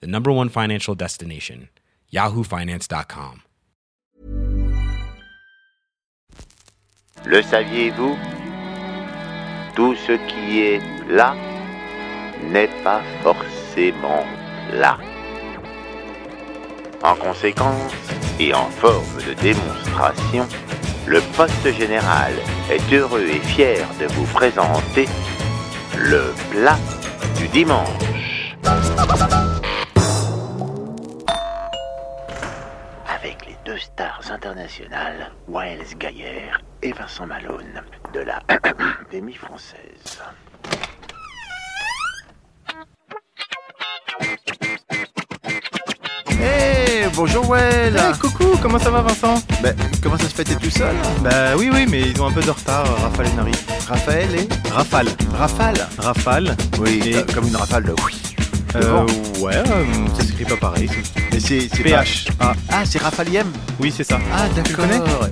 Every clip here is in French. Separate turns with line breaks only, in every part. the number one financial destination, yahoofinance.com.
Le saviez-vous Tout ce qui est là n'est pas forcément là. En conséquence, et en forme de démonstration, le poste général est heureux et fier de vous présenter le plat du dimanche. Avec les deux stars internationales, Waels Gaillère et Vincent Malone, de la Académie française.
Hey, bonjour Well
Hey, coucou, comment ça va Vincent
Ben, Comment ça se fait, t'es tout seul
Bah oui oui mais ils ont un peu de retard, euh, Rafale et Nari.
Raphaël et
Rafale.
Rafale
Rafale
Oui,
Et-
euh, comme une rafale de... Oui.
euh, Ouais, euh, ça s'écrit pas pareil.
Mais c'est c'est pas-
PH. Ah
Ah, c'est Raphaëliem
oui c'est ça.
Ah, d'accord.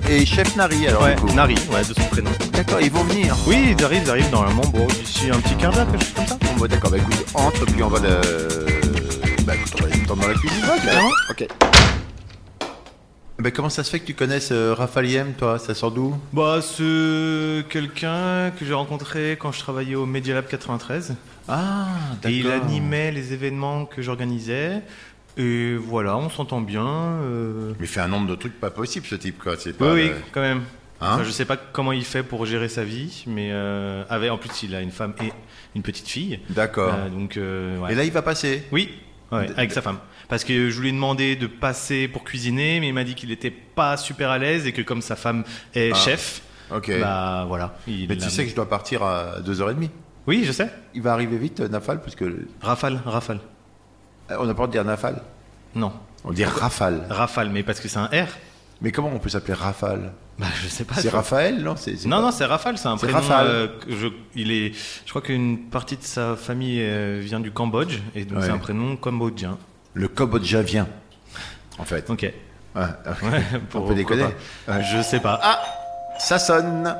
Et Chef Nari, alors,
Ouais,
du coup.
Nari, ouais, de son prénom.
D'accord, ils vont venir.
Oui, ils arrivent, ils arrivent normalement, bon, d'ici un petit quart d'heure, quelque chose comme ça.
Bon, bah, d'accord, bah écoute, entre, puis on va le... Bah écoute, on va les entendre dans la cuisine.
Ouais, carrément.
Ok. Bah comment ça se fait que tu connaisses euh, Raphaëliem, toi Ça sort d'où
Bah c'est quelqu'un que j'ai rencontré quand je travaillais au Media Lab 93.
Ah,
Et il animait les événements que j'organisais. Et voilà, on s'entend bien. euh,
Mais il fait un nombre de trucs pas possible, ce type, quoi. C'est
Oui,
pas...
oui,
euh,
quand même.
hein
Enfin, je sais pas comment il fait pour gérer sa vie, mais euh, avec, en plus il a une femme et une petite fille.
D'accord.
Euh, donc, euh, ouais.
Et là, il va passer
oui, ouais,
D-
avec sa femme. Parce que je lui ai demandé de passer pour cuisiner, mais il m'a dit qu'il n'était pas super à l'aise et que comme sa femme est
Ah.
chef,
Ok.
bah voilà. il
Mais tu
l'a-
sais que je dois partir à 2h30.
Oui, je sais.
Il va arriver vite, euh, Nafal, parce que euh,
Rafale, rafale.
on n'a pas le droit de dire Nafal.
Non,
On dit Rafale.
rafale, mais parce que c'est un R.
Mais comment on peut s'appeler Rafale
Bah je sais pas.
C'est
toi.
Raphaël, non c'est, c'est
Non,
pas-
non, c'est Rafale, c'est un
C'est
prénom.
Rafale.
euh, que je, il est, je crois qu'une partie de sa famille euh, vient du Cambodge, et donc
Ouais.
c'est un prénom cambodgien.
Le cambodgien, en fait. Ah,
Ok.
Ouais.
Pour-
on peut déconner.
pourquoi pas.
Ouais. Ah,
Je sais pas.
Ça sonne.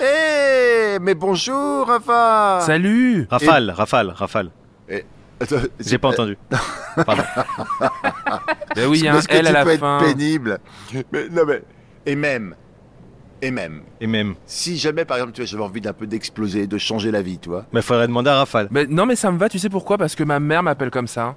Eh, mais bonjour, Rafa
Salut
Rafale, rafale, rafale.
Attends,
J'ai pas entendu. Pardon.
Ben oui, il y a un
Est-ce que
L
tu
à
peux
la
être
fin.
pénible Mais- non, mais- Et même, et même,
Et même.
si jamais, par exemple, tu vois, j'avais envie d'un peu d'exploser, de changer la vie, tu vois.
Mais faudrait demander à Rafale.
Ben, non mais ça me va, tu sais pourquoi Parce que ma mère m'appelle comme ça.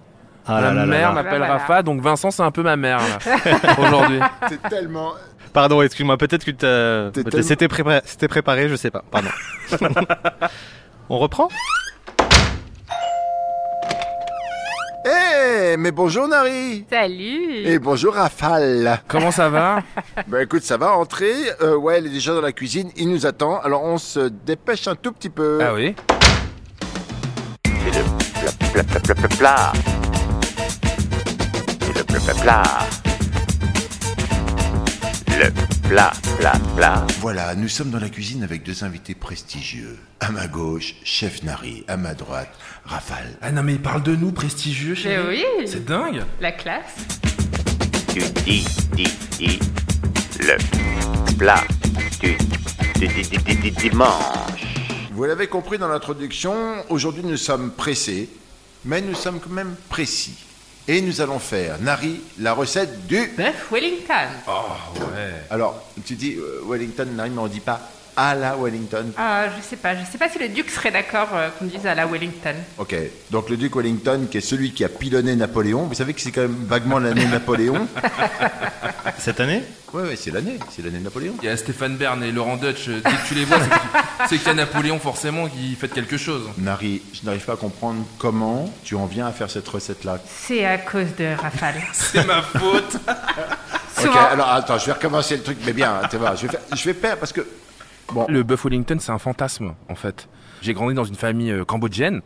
Ah là
ma
là là
mère
là.
m'appelle
Voilà.
Rafa, donc Vincent c'est un peu ma mère là, aujourd'hui.
C'est tellement...
Pardon, excuse-moi, peut-être que t'as-
T'es
peut-être
tellement-
c'était prépa- c'était préparé, je sais pas. Pardon. On reprend
Eh, mais bonjour, Nari
Salut
Et bonjour Rafale.
Comment ça va
Bah écoute, ça va entrer. Euh, ouais, elle est déjà dans la cuisine. Il nous attend. Alors on se dépêche un tout petit peu.
Ah oui
C'est le plat, plat, plat, plat, plat, plat. C'est le plat, plat, plat. Le plat, plat, plat.
Voilà, nous sommes dans la cuisine avec deux invités prestigieux. À ma gauche, chef Nari. À ma droite, Rafale.
Ah non mais il parle de nous, prestigieux
Mais
eux.
Ben
oui
C'est dingue
La classe
Tu dis, dis, dis. Le plat du, du, du- du- du- du dimanche.
Vous l'avez compris dans l'introduction, aujourd'hui nous sommes pressés, mais nous sommes quand même précis. Et nous allons faire, Nari, la recette du...
Bœuf Wellington
Alors, tu dis euh, Wellington, Nari, mais on dit pas à la Wellington.
Ah, je sais pas, je sais pas si le duc serait d'accord euh, qu'on dise à la Wellington.
Ok, donc le duc Wellington, qui est celui qui a pilonné Napoléon, vous savez que c'est quand même vaguement l'année Napoléon.
cette année
Ouais, ouais, c'est l'année, c'est l'année de Napoléon.
Il y a Stéphane Bern et Laurent Dutch, euh, dès que tu les vois, c'est qu'il- c'est qu'il y a Napoléon forcément qui fait quelque chose.
Nari, je n'arrive pas à comprendre comment tu en viens à faire cette recette-là.
C'est à cause de Rafale.
C'est ma faute
Ok,
Souvent,
hein,
alors attends, je vais recommencer le truc, mais bien, tu vois, je vais, faire- je vais perdre parce que
Bon.
Le bœuf Wellington, c'est un fantasme, en fait. J'ai grandi dans une famille euh, cambodgienne.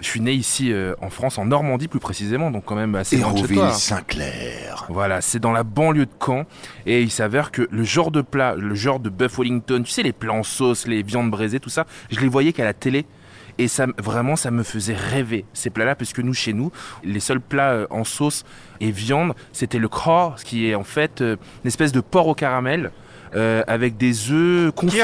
Je suis né ici euh, en France, en Normandie plus précisément, donc quand même assez loin de chez toi. hein.
Hérouville Sinclair.
Voilà, c'est dans la banlieue de Caen. Et il s'avère que le genre de plat, le genre de bœuf Wellington, tu sais, les plats en sauce, les viandes braisées, tout ça, je les voyais qu'à la télé. Et ça, m- vraiment, ça me faisait rêver ces plats-là, puisque nous, chez nous, les seuls plats euh, en sauce et viande, c'était le craw, ce qui est en fait euh, une espèce de porc au caramel euh, avec des œufs confits.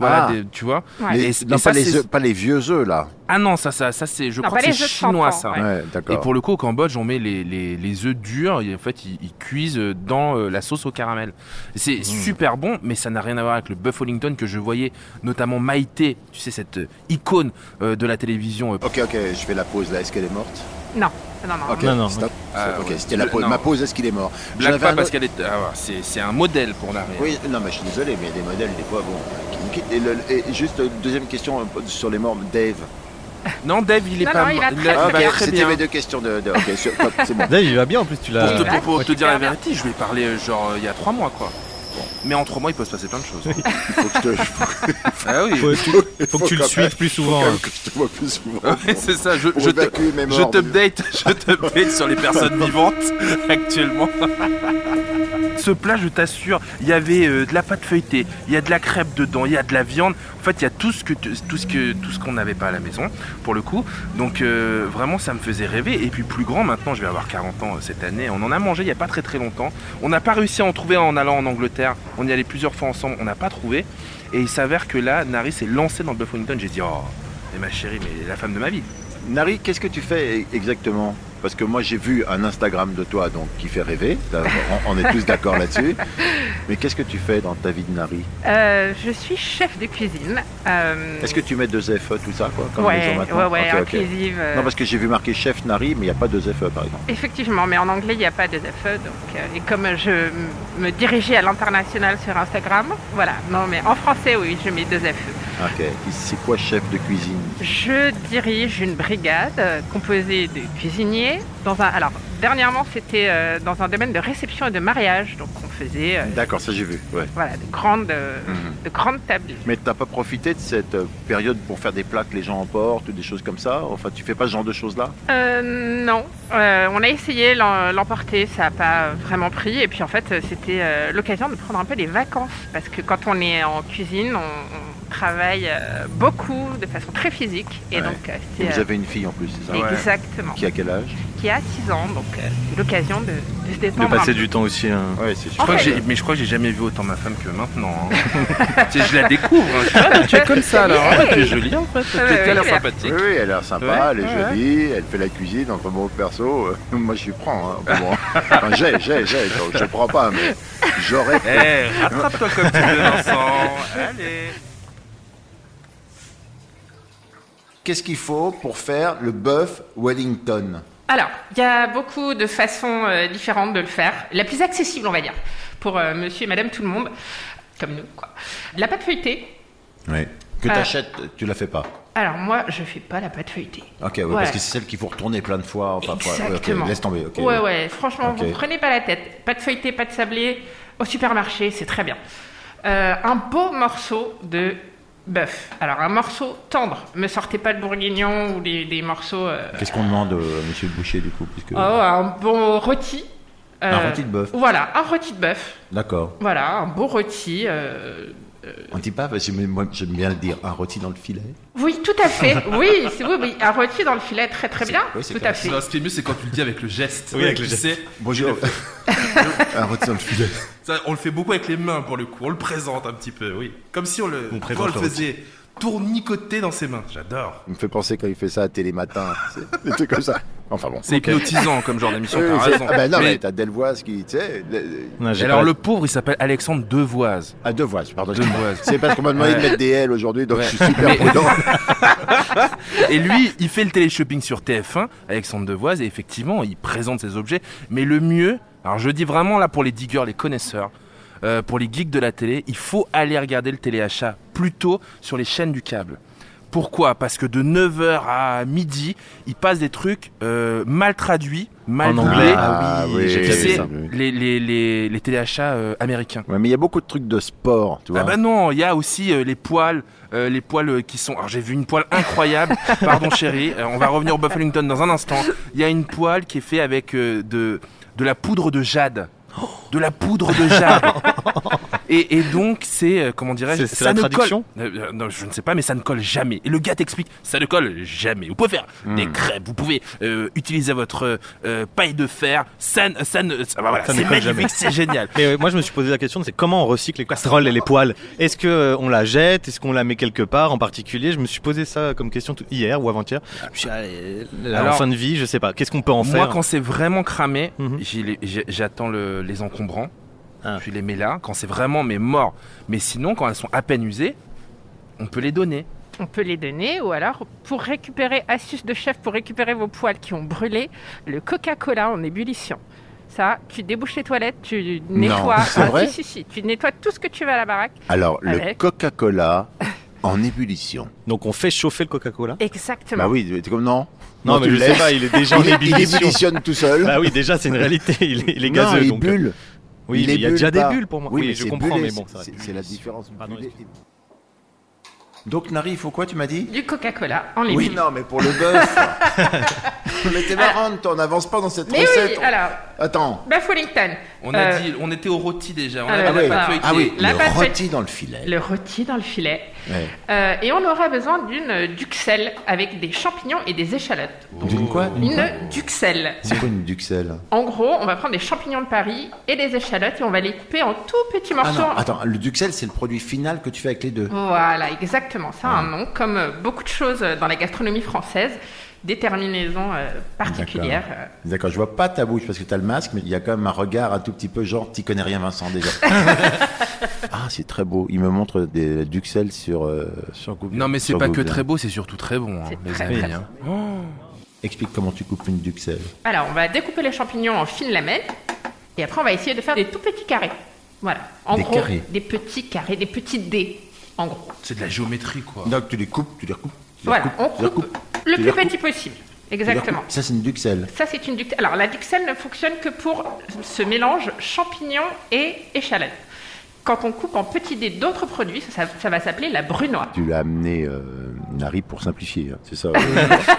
Voilà,
Ah.
des- tu vois.
Ouais.
Et
Les-
c-
non,
et ça,
pas, les
c'est-
œufs- pas les vieux œufs là.
Ah non, ça, ça, ça, c'est, je
Non,
crois
pas
que c'est
les œufs de
chinois,
Canton,
ça.
Ouais.
Ouais,
Et
d'accord.
pour le coup, au Cambodge, on met les, les, les œufs durs et en fait, ils, ils cuisent dans euh, la sauce au caramel. C'est
Hmm.
super bon, mais ça n'a rien à voir avec le bœuf Wellington que je voyais, notamment Maïté, tu sais, cette euh, icône euh, de la télévision. euh,
Ok, ok, je fais la pause là. Est-ce qu'elle est morte
Non, non, non.
Ok,
Non, non,
stop.
Ah,
ok,
ouais.
c'était la pause.
Non.
Ma pause, est-ce qu'il est mort
blague
J'avais
pas
un
parce
autre-
qu'elle est. ah, c'est, c'est un modèle pour la réelle.
Oui, non, mais je suis désolé, mais des modèles, des fois, bon, qui nous quittent. Et, le- et juste, euh, deuxième question euh, sur les morts, Dave.
Non, Dave, il est
Non,
pas. Ah, bah,
non, il va
mo-
très
il va
ok,
très
c'était
bien.
mes deux questions de. de- ok, sur- top, c'est bon.
Dave, il va bien en plus, tu
Pour
l'as.
te, pour- pour
Ouais,
te dire la
super
vérité, je lui ai parlé euh, genre euh, il y a trois mois, quoi. Bon. Mais en trois mois, il peut se passer plein de choses.
Il faut que je te, faut
ah oui.
Faut, faut que tu,
Faut
le
quand même-
suives plus souvent.
quand
hein.
même que je te vois plus souvent.
Ouais, c'est ça, Hein je,
Pour
je te,
évacuer mes
je
morts,
t'update, je t'update sur les personnes vivantes actuellement. Ce plat, je t'assure, il y avait euh, de la pâte feuilletée, il y a de la crêpe dedans, il y a de la viande. En fait, il y a tout ce que tu- tout ce que tout ce qu'on n'avait pas à la maison pour le coup. Donc euh, vraiment, ça me faisait rêver. Et puis plus grand, maintenant, je vais avoir 40 ans euh, cette année. On en a mangé il y a pas très très longtemps. On n'a pas réussi à en trouver un en allant en Angleterre. On y allait plusieurs fois ensemble, on n'a pas trouvé. Et il s'avère que là, Nari s'est lancé dans le Buff Wellington. J'ai dit oh. Mais ma chérie, mais la femme de ma vie.
Nari, qu'est-ce que tu fais exactement Parce que moi j'ai vu un Instagram de toi donc qui fait rêver, Ça, on, on est tous d'accord là-dessus. Mais qu'est-ce que tu fais dans ta vie de Nari
Euh, je suis chef de cuisine. euh,
Est-ce que tu mets deux FE tout ça quoi comme les gens
Ouais, ouais,
maintenant
ouais,
Ok, ok.
inclusive. euh,
Non parce que j'ai vu marqué chef Nari mais il n'y a pas deux FE par exemple.
Effectivement, mais en anglais, il n'y a pas de ZFE. Donc, euh, et comme je m- me dirigeais à l'international sur Instagram, voilà. Non, mais en français, oui, je mets deux ZFE.
Ok. C'est quoi chef de cuisine
Je dirige une brigade euh, composée de cuisiniers. Dans un, alors, dernièrement, c'était euh, dans un domaine de réception et de mariage. Donc, on faisait euh,
D'accord, ça j'ai vu. Ouais.
voilà, de, grandes, euh,
Mhm.
de grandes tables.
Mais t'as pas profité de cette euh, période pour faire des plats que les gens emportent ou des choses comme ça Enfin, tu fais pas ce genre de choses là
Euh, non, Euh, on a essayé l'em- l'emporter, ça n'a pas vraiment pris. Et puis en fait, c'était euh, l'occasion de prendre un peu des vacances. Parce que quand on est en cuisine, on, on travaille euh, beaucoup de façon très physique. Et
Ouais.
donc, euh,
Et
c'était.
Vous
euh,
avez une fille en plus, c'est ça
Exactement.
Qui a quel âge
Qui a 6 ans, donc euh, c'est l'occasion de, de se
De
détendre.
passer
un peu.
du temps aussi. hein.
Ouais, c'est
Je crois que
fait-
j'ai- mais je crois que j'ai jamais vu autant ma femme que maintenant. hein. Tu sais, je la découvre. hein. Je dis, Ah, tu es comme ça alors. Ah, tu es jolie en fait. Tu
Ouais,
as l'air
ouais,
sympathique.
Oui, oui, elle a l'air sympa, elle est
Ouais, ouais,
jolie, elle fait la cuisine, entre bon perso, euh, moi je lui prends. Hein, enfin, bon. Enfin, j'ai, j'ai, j'ai, donc je prends pas, mais j'aurais.
Eh, rattrape-toi comme tu veux, Vincent. Allez.
Qu'est-ce qu'il faut pour faire le bœuf Wellington
Alors, il y a beaucoup de façons euh, différentes de le faire. La plus accessible, on va dire, pour euh, monsieur et madame tout le monde, comme nous, quoi. La pâte feuilletée.
Oui. Que
Euh.
t'achètes, tu la fais pas.
Alors moi, je fais pas la pâte feuilletée.
Ah,
Ok, ouais,
Voilà.
parce que c'est celle qu'il faut retourner plein de fois. Enfin, ouais, ouais, ok,
Exactement.
laisse tomber. ok.
ouais, ouais, franchement,
Ok.
vous prenez pas la tête. Pas de feuilleté, pas de sablé. Au supermarché, c'est très bien. Euh, un beau morceau de bœuf. Alors, un morceau tendre. Me sortez pas le bourguignon ou les- des morceaux. euh,
Qu'est-ce qu'on demande euh, à monsieur le boucher du coup puisque...
Oh, un bon rôti.
Un
Euh,
rôti de bœuf.
Voilà, un rôti de bœuf.
D'accord.
Voilà, un beau rôti. euh,
On dit pas, parce que moi j'aime bien le dire, un rôti dans le filet.
Oui, tout à fait. Oui, c'est- oui, oui, un rôti dans le filet, très très bien.
oui, c'est
tout
clair.
à fait.
Non, ce qui est mieux, c'est quand tu le dis avec le geste.
Oui, avec le
Tu
geste.
sais,
Bonjour. un rôti dans le filet.
ça, on le fait beaucoup avec les mains pour le coup. On le présente un petit peu, oui. Comme si on le,
On
on
présente
le
le
faisait tournicoter dans ses mains. J'adore.
Il me fait penser quand il fait ça à Télématin, tu sais, des trucs comme ça. Enfin bon.
C'est hypnotisant comme genre d'émission,
Oui,
t'as
c'est-
raison.
Ah bah non, mais,
Mais-
t'as Delvoise qui, tu sais, le-
Non, j'ai
alors
pas-
le pauvre, il s'appelle Alexandre Devoise.
à deux voix, pardon.
Devoise.
C'est parce qu'on m'a demandé de
Ouais.
mettre des L aujourd'hui, donc
Ouais.
je suis super prudent.
Et lui, il fait le télé-shopping sur TF1, Alexandre Devoise, et effectivement, il présente ses objets. Mais le mieux, alors je dis vraiment là pour les diggers, les connaisseurs, euh, pour les geeks de la télé, il faut aller regarder le téléachat plutôt sur les chaînes du câble.
Pourquoi Parce que de 9h à midi, ils passent des trucs euh, mal traduits, mal
En
doublés.
anglais.
Ah
oui,
oui,
j'ai
Tu
capté
sais,
ça.
les, les, les, les téléachats euh, américains.
Ouais, mais il y a beaucoup de trucs de sport, tu vois.
Ah
ben
bah non, il y a aussi euh, les poils, euh, les poils euh, qui sont. Alors j'ai vu une poêle incroyable. Pardon chérie, euh, on va revenir au Buffalington dans un instant. Il y a une poêle qui est faite avec euh, de de la poudre de jade, de la poudre de jade. Et, et donc c'est euh, comment dirais-je
C'est- c'est la
ne colle-
traduction
Euh, euh, non, je ne sais pas, mais ça ne colle jamais. Et le gars t'explique, ça ne colle jamais. Vous pouvez faire des crêpes, vous pouvez euh, utiliser votre euh, euh, paille de fer. Ça, ne- ça ne, ça- voilà,
Ah, Ça ne
c'est
colle jamais.
magnifique, c'est génial.
Mais euh, moi, je me suis posé la question, c'est comment on recycle les casseroles et les poêles Est-ce que euh, on la jette Est-ce qu'on la met quelque part en particulier Je me suis posé ça comme question tout- hier ou avant-hier. Je me suis dit, ah, euh, là, en
Alors-
fin de vie, je sais pas. Qu'est-ce qu'on peut en
Moi,
faire
quand c'est vraiment cramé,
Mhm.
j'y les- j'ai- j'attends le- les encombrants.
Ah.
Je les mets là. Quand c'est vraiment mais mort. Mais sinon, quand elles sont à peine usées, on peut les donner.
On peut les donner ou alors pour récupérer, astuce de chef pour récupérer vos poils qui ont brûlé, le Coca-Cola en ébullition. Ça, tu débouches les toilettes, tu nettoies. Ah,
c'est vrai
si, si, si, tu nettoies tout ce que tu veux à la baraque.
Alors, le
Avec.
Coca-Cola en ébullition.
Donc, on fait chauffer le Coca-Cola
Exactement.
Bah oui, mais t'es comme non.
Non, mais
tu
je
le
sais
laisses.
pas, il est déjà en
Il, il
ébullition.
ébullitionne tout seul.
Bah oui, déjà, c'est une réalité. Il est, il est
non,
gazeux.
il
donc, euh,
bulle.
Oui,
il
mais il y a
ébule
déjà
pas.
des bulles pour moi.
Oui, mais
je
c'est
comprends,
bullé,
mais bon,
c'est-
ça reste
c'est
une
c'est la
ébullition.
différence.
Pardon,
Bullé et- Donc, Nari, il faut quoi, tu m'as dit
Du Coca-Cola en
Oui,
ébullition.
non, mais pour le bœuf. mais t'es marrante, toi, on n'avance pas dans cette
Mais oui,
recette.
alors,
Attends.
Buffalington.
On a
Euh,
dit, on était au rôti déjà. On
ah
avait
ouais,
la
ouais.
pâte feuilletée.
Ah oui,
La pâte
le rôti dans le filet.
Le rôti dans le filet.
Ouais.
Euh, et on aura besoin d'une euh, duxelle avec des champignons et des échalotes.
D'une quoi D'une quoi
Une duxelle.
C'est quoi une duxelle
En gros, on va prendre des champignons de Paris et des échalotes et on va les couper en tout petits
Ah
morceaux.
non, attends, le duxelle, c'est le produit final que tu fais avec les deux.
Voilà, exactement ça, un nom, comme euh, beaucoup de choses euh, dans la gastronomie française, des terminaisons euh, particulières. euh,
D'accord, je vois pas ta bouche parce que t'as le masque, mais il y a quand même un regard un tout petit peu genre, t'y connais rien, Vincent, déjà. ah, c'est très beau. Il me montre des duxelles sur, euh, sur Google.
Non, mais c'est
Sur
pas que
Google.
très beau, c'est surtout très bon, hein,
C'est
les
très,
amis.
très
hein.
Explique comment tu coupes une duxelle.
Alors, on va découper les champignons en fines lamelles et après, on va essayer de faire des tout petits carrés. Voilà, en
Des
gros,
carrés.
des petits carrés, des petits dés, en gros.
C'est de la géométrie, quoi.
Donc tu les coupes, tu les recoupes. tu les
Voilà,
recoupes, tu les
on coupe
recoupes,
le
tu les
plus
recoupes,
petit possible.
tu les
Exactement.
recoupes. Ça, c'est une duxelle.
Ça, c'est une ductelle. Alors, la duxelle ne fonctionne que pour ce mélange champignons et échalotes. Quand on coupe en petits dés d'autres produits, ça, ça- ça va s'appeler la brunoise.
Tu l'as amené euh, Nari pour simplifier, hein, c'est ça. euh,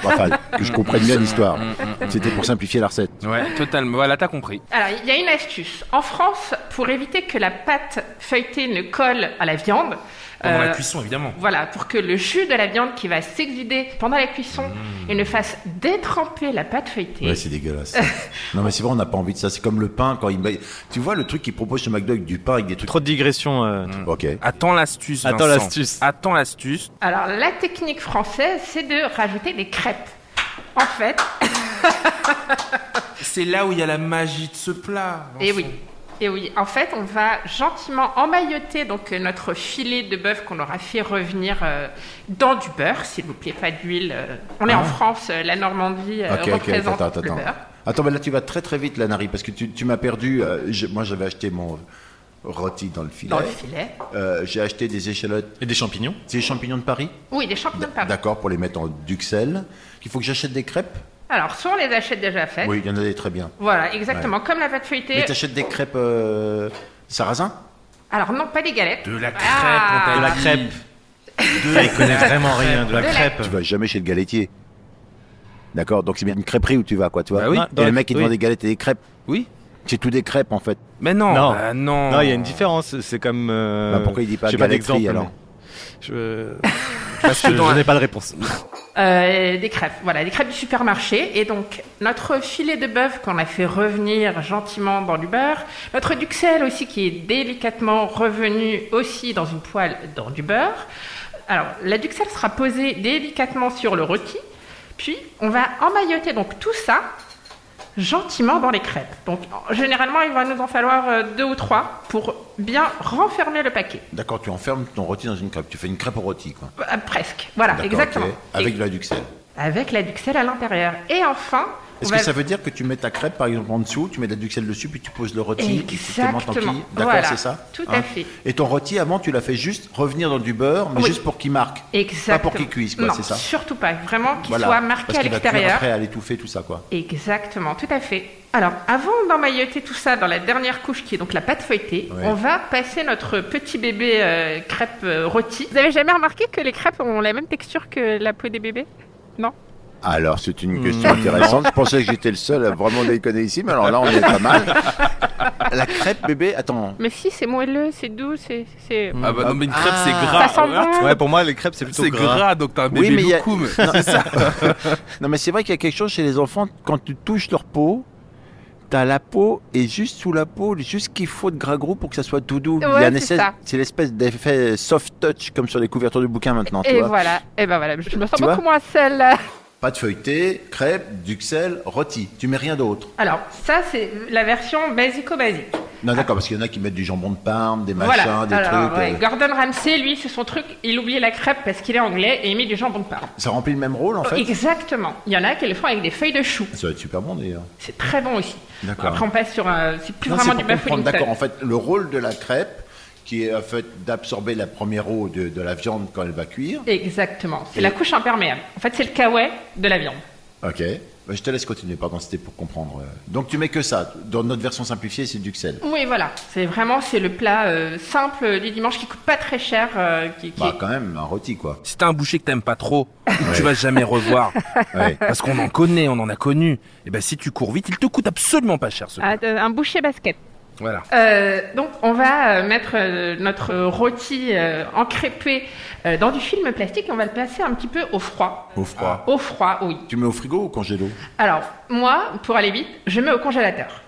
enfin, que je comprenne bien l'histoire.
Mm,
C'était pour simplifier la recette.
Ouais, totalement. Voilà, t'as compris.
Alors, il y a une astuce. En France, pour éviter que la pâte feuilletée ne colle à la viande,
Pendant la
euh,
cuisson, évidemment.
Voilà, pour que le jus de la viande qui va s'exuder pendant la cuisson et ne fasse détremper la pâte feuilletée.
Mmh. Ouais, c'est dégueulasse. non, mais c'est vrai, on n'a pas envie de ça. C'est comme le pain quand il. met- Tu vois le truc qu'ils proposent chez McDo avec du pain avec des trucs.
Trop de digressions. euh,
Mm.
Ok.
Attends l'astuce.
Attends
Vincent.
l'astuce.
Attends l'astuce.
Alors, la technique française, c'est de rajouter des crêpes. En fait,
C'est là où il y a la magie de ce plat.
Et Eh oui. Et oui, en fait, on va gentiment emmailloter donc euh, notre filet de bœuf qu'on aura fait revenir euh, dans du beurre, s'il vous plaît, pas d'huile. euh. On est en France, euh, la Normandie euh,
Ah. Ok, ok,
représente
attends, attends,
le
attends.
beurre.
Attends, mais là tu vas très très vite, là, Nari, parce que tu, tu m'as perdu. euh, je- moi, j'avais acheté mon rôti dans le filet.
Dans le filet.
Euh, J'ai acheté des échalotes.
Et des champignons.
C'est des champignons de Paris
Oui, des champignons de Paris.
D'accord, pour les mettre en duxelles. Il faut que j'achète des crêpes
Alors, soit on les achète déjà faites.
Oui, il y en a des très bien.
Voilà, exactement, comme la pâte feuilletée.
Mais t'achètes des crêpes euh, sarrasin
Alors, non, pas des galettes.
De la crêpe,
Ah.
on t'a
De la
dit.
crêpe. Deux, Ah, il connaît vraiment rien. De la
De la-
crêpe.
Tu vas jamais chez le galetier. D'accord, donc c'est bien une crêperie où tu vas, quoi, tu vois.
Bah oui.
Et
Dans
le
la-
mec, il
oui.
demande des galettes et des crêpes.
Oui.
C'est tout des crêpes, en fait.
Mais non.
Non.
bah non.
Non, il y a une différence. C'est comme. euh,
Bah, pourquoi il dit pas
j'ai pas
galeterie,
d'exemple
alors
mais Je,
Parce que
je-
dans
je
la-
n'ai pas de réponse.
Euh, des crêpes, voilà, des crêpes du supermarché. Et donc, notre filet de bœuf qu'on a fait revenir gentiment dans du beurre, notre duxelle aussi qui est délicatement revenu aussi dans une poêle dans du beurre. Alors, la duxelle sera posée délicatement sur le rôti, puis on va emmailloter donc tout ça gentiment dans les crêpes. Donc, en- généralement, il va nous en falloir euh, deux ou trois pour bien renfermer le paquet.
D'accord, tu enfermes ton rôti dans une crêpe. Tu fais une crêpe au rôti, quoi.
Euh, presque, voilà,
D'accord,
exactement.
ok.
Et-
Avec de la duxelle.
avec la duxelle à l'intérieur. Et enfin,
Est-ce
On
que
va-
ça veut dire que tu mets ta crêpe, par exemple, en dessous, tu mets de la duxelle dessus, puis tu poses le rôti, puis tu te mets en
Exactement.
tortille D'accord,
Voilà.
c'est ça hein
Tout à fait.
Et ton rôti, avant, tu l'as fait juste revenir dans du beurre, mais
Oui.
juste pour qu'il marque.
Exactement.
Pas pour qu'il cuise, quoi,
Non,
c'est ça
surtout pas. Vraiment qu'il
Voilà.
soit marqué
Parce
à
qu'il va cuire
l'extérieur.
Après, à l'étouffer, tout ça, quoi.
Exactement, tout à fait. Alors, avant d'emmailloter tout ça dans la dernière couche qui est donc la pâte feuilletée,
Ouais.
on va passer notre petit bébé euh, crêpe euh, rôti. Vous avez jamais remarqué que les crêpes ont la même texture que la peau des bébés
Alors, c'est une question intéressante. Je pensais que j'étais le seul à vraiment déconner ici, mais alors là, on est pas mal. La crêpe bébé, attends.
Mais si, c'est moelleux, c'est doux, c'est. c'est-
Mm.
Ah bah non, mais une crêpe, c'est
Ah.
gras.
ça sent bon
Ouais, pour moi, les crêpes, c'est plutôt
C'est
gras.
gras, donc t'as un
Oui,
bébé
mais il y a-
loukoum.
Non, mais c'est vrai qu'il y a quelque chose chez les enfants, quand tu touches leur peau, t'as la peau et juste sous la peau, juste ce qu'il faut de gras gros pour que ça soit tout doux. Il y a
Ouais,
un
c'est
essai-
ça.
c'est l'espèce d'effet soft touch, comme sur les couvertures du bouquin maintenant. tu
Et
vois.
voilà, et ben voilà, je me sens
Tu
beaucoup
vois
moins seule. là.
Pas de feuilleté, crêpe, duxelles, rôti. Tu mets rien d'autre.
Alors, ça, c'est la version basico-basique.
Non, d'accord, parce qu'il y en a qui mettent du jambon de parme, des machins,
Voilà.
des
Alors,
trucs.
ouais,
euh,
Gordon Ramsay, lui, c'est son truc, il oublie la crêpe parce qu'il est anglais et il met du jambon de parme.
Ça remplit le même rôle en fait.
Exactement. Oh, Il y en a qui le font avec des feuilles de chou.
Ça va être super bon d'ailleurs.
C'est très bon aussi.
D'accord.
Après, on passe sur un. C'est plus
Non, c'est
vraiment
pour
du
comprendre,
baffling.
D'accord, en fait, le rôle de la crêpe, qui est en fait d'absorber la première eau de, de la viande quand elle va cuire.
Exactement. C'est
Et-
la couche imperméable. En fait, c'est le kawaii de la viande.
Ok. Bah, je te laisse continuer, pardon, c'était pour comprendre. euh. Donc tu mets que ça. Dans notre version simplifiée, c'est du Duxelles.
Oui, voilà. C'est vraiment c'est le plat euh, simple du dimanche qui coûte pas très cher. euh, qui, qui
Bah,
est-
quand même, un rôti quoi.
Si t'as un boucher que t'aimes pas trop, et que tu vas jamais revoir,
Ouais.
parce qu'on en connaît, on en a connu, et ben si tu cours vite, il te coûte absolument pas cher ce.
Ah, euh, un boucher basket.
Ah.
Voilà.
Euh, donc, on va euh, mettre euh, notre euh, rôti euh, encrépé euh, dans du film plastique et on va le placer un petit peu au froid.
Au froid.
Au froid, oui.
Tu mets au frigo ou au congélo
Alors, moi, pour aller vite, je mets au congélateur.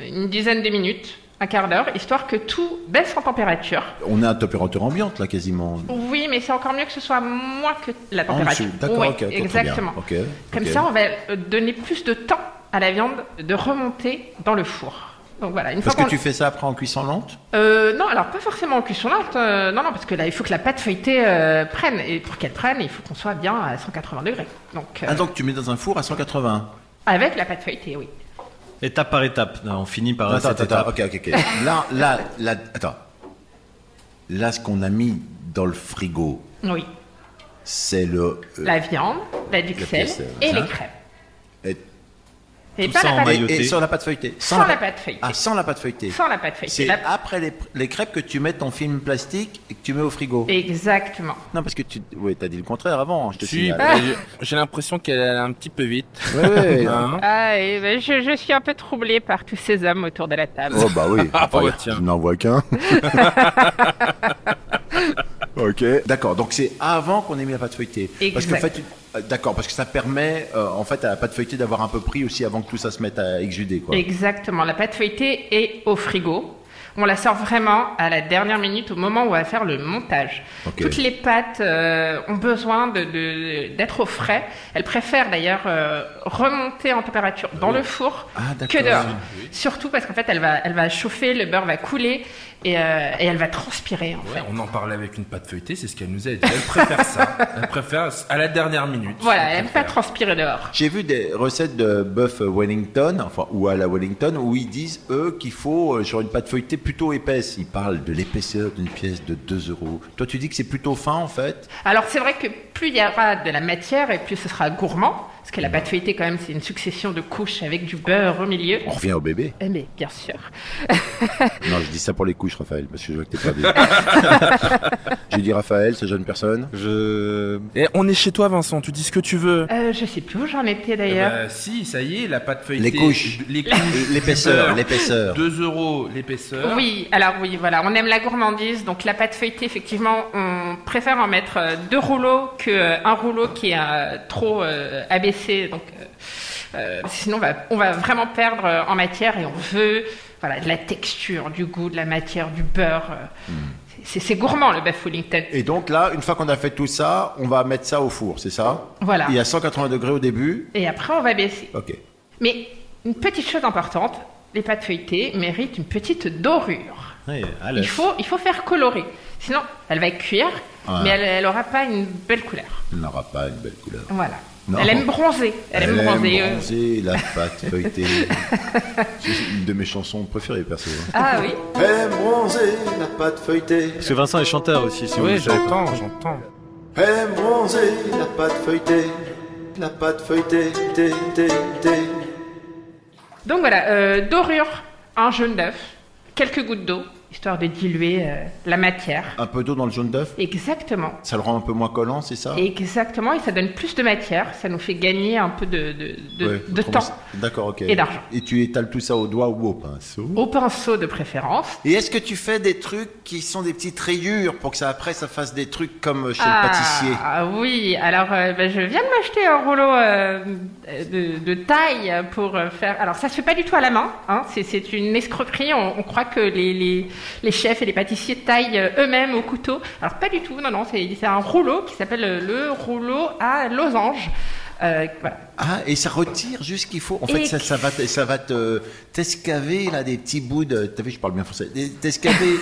Une dizaine de minutes, un quart d'heure, histoire que tout baisse en température.
On est à température ambiante là quasiment.
Oui, mais c'est encore mieux que ce soit moins que la
En
température.
dessous. Ah, D'accord,
Oui,
ok, ok, très bien.
exactement.
Ok,
Comme
ok.
ça, on va euh, donner plus de temps à la viande de remonter dans le four. Donc voilà, une
Parce
fois
que tu
qu'on...
fais ça après en cuisson lente
Euh, non, alors pas forcément en cuisson lente. euh, non, non, parce que là, il faut que la pâte feuilletée euh, prenne. Et pour qu'elle prenne, il faut qu'on soit bien à 180 degrés. Donc, euh,
Ah, donc tu mets dans un four à 180.
avec la pâte feuilletée, oui.
Étape par étape. Là, on finit par
Attends,
cette
attends,
étape.
attends, ok, ok, ok. Là, là, là, attends. Là, ce qu'on a mis dans le frigo,
Oui.
c'est le. euh,
La viande, la duxelle
duxelle,
et
hein.
les crêpes.
et-
Et
Tout
pas
ça
la
en
pâte,
maillot.
et,
Mailloté.
sans la pâte feuilletée.
Sans la pâte feuilletée.
Ah, sans la pâte feuilletée.
sans la pâte feuilletée.
C'est
La-
après les, pr- les crêpes que tu mets ton film plastique et que tu mets au frigo.
Exactement.
Non, parce que tu. Oui, t'as dit le contraire avant, je te
Si,
signale.
bah, j'ai- j'ai l'impression qu'elle allait un petit peu vite.
Ouais, ouais, ouais.
Hein
Ah, et ben, je, je suis un peu troublée par tous ces hommes autour de la table.
Oh, bah oui. Enfin,
bah, tiens.
je n'en vois qu'un. ok. D'accord. Donc c'est avant qu'on ait mis la pâte feuilletée. Parce que, en
Exact.
fait, euh, d'accord, parce que ça permet euh, en fait à la pâte feuilletée d'avoir un peu pris aussi avant que tout ça se mette à exuder quoi.
Exactement. La pâte feuilletée est au frigo. On la sort vraiment à la dernière minute, au moment où on va faire le montage.
Ok.
Toutes les pâtes euh, ont besoin de- de- d'être au frais. Elles préfèrent d'ailleurs euh, remonter en température dans le four
Ah,
que
d'accord.
dehors. Surtout parce qu'en fait, elle va, elle va chauffer, le beurre va couler et, euh, et elle va transpirer en
Ouais,
fait.
on en parlait avec une pâte feuilletée, c'est ce qu'elle nous a dit. Elle préfère ça. Elle préfère à la dernière minute.
Voilà, elle aime pas
préfère.
transpirer dehors.
J'ai vu des recettes de bœuf Wellington, enfin ou à la Wellington, où ils disent eux qu'il faut euh, sur une pâte feuilletée plutôt épaisse. Ils parlent de l'épaisseur d'une pièce de 2 euros. Toi, tu dis que c'est plutôt fin en fait.
Alors c'est vrai que plus il y aura de la matière et plus ce sera gourmand, parce que la pâte feuilletée quand même c'est une succession de couches avec du beurre au milieu.
On revient au bébé.
Eh Mais bien sûr.
Non, je dis ça pour les couches, Raphaël, parce que je vois que t'es perdu. J'ai dit Raphaël, ce jeune personne.
Je.
Eh, on est chez toi, Vincent. Tu dis ce que tu veux.
Euh, je sais plus où j'en étais
Eh
d'ailleurs.
ben, si, ça y est, la pâte feuilletée.
Les couches.
Les couches.
L'épaisseur,
du beurre,
l'épaisseur.
2 euros l'épaisseur.
Oui, alors oui, voilà, on aime la gourmandise, donc la pâte feuilletée, effectivement, on préfère en mettre euh, deux rouleaux que euh, un rouleau qui est euh, trop euh, abaissé, donc euh, euh, sinon on va, on va vraiment perdre euh, en matière et on veut voilà de la texture, du goût, de la matière, du beurre. euh, c'est- C'est gourmand le bœuf Wellington.
Et donc là, une fois qu'on a fait tout ça, on va mettre ça au four, c'est ça
Voilà.
Il y a 180 degrés au début.
Et après, on va baisser.
Ok.
Mais une petite chose importante, les pâtes feuilletées méritent une petite dorure.
Ouais, allez.
Il faut, il faut faire colorer. Sinon, elle va cuire,
Ouais.
mais elle n'aura pas une belle couleur.
Il n'aura pas une belle couleur.
Voilà.
Non.
Elle aime bronzer. Elle, aime bronzer. euh.
bronzer, la pâte feuilletée. C'est une de mes chansons préférées, perso. hein.
Ah oui.
Elle aime bronzer, la pâte feuilletée.
Parce que Vincent est chanteur aussi, si vous le savez pas.
j'entends.
Elle aime bronzer, la pâte feuilletée. La pâte feuilletée, té, té, té.
Donc voilà, euh, dorure, un jaune d'œuf, quelques gouttes d'eau, histoire de diluer euh, la matière.
Un peu d'eau dans le jaune d'œuf,
Exactement.
ça le rend un peu moins collant, c'est ça
Exactement, et ça donne plus de matière, ça nous fait gagner un peu de, de- de-
Ouais,
de
comment
temps.
ça- D'accord, ok.
et d'argent.
Et tu étales tout ça au doigt ou au pinceau
Au pinceau de préférence.
Et est-ce que tu fais des trucs qui sont des petites rayures pour que ça après ça fasse des trucs comme euh, chez le pâtissier
ah oui, alors euh, ben, je viens de m'acheter un rouleau euh, de, de taille pour euh, faire... Alors ça se fait pas du tout à la main, hein. c'est- c'est une escroquerie, on, on croit que les, les- les chefs et les pâtissiers taillent euh, eux-mêmes au couteau. Alors pas du tout, non, non, c'est c'est un rouleau qui s'appelle euh, le rouleau à losange. Euh, voilà.
Ah, et ça retire juste ce qu'il faut. En fait,
Et-
ça, ça va, te- ça va te t'escaver là des petits bouts de. T'as vu, je parle bien français. Des- T'escaver.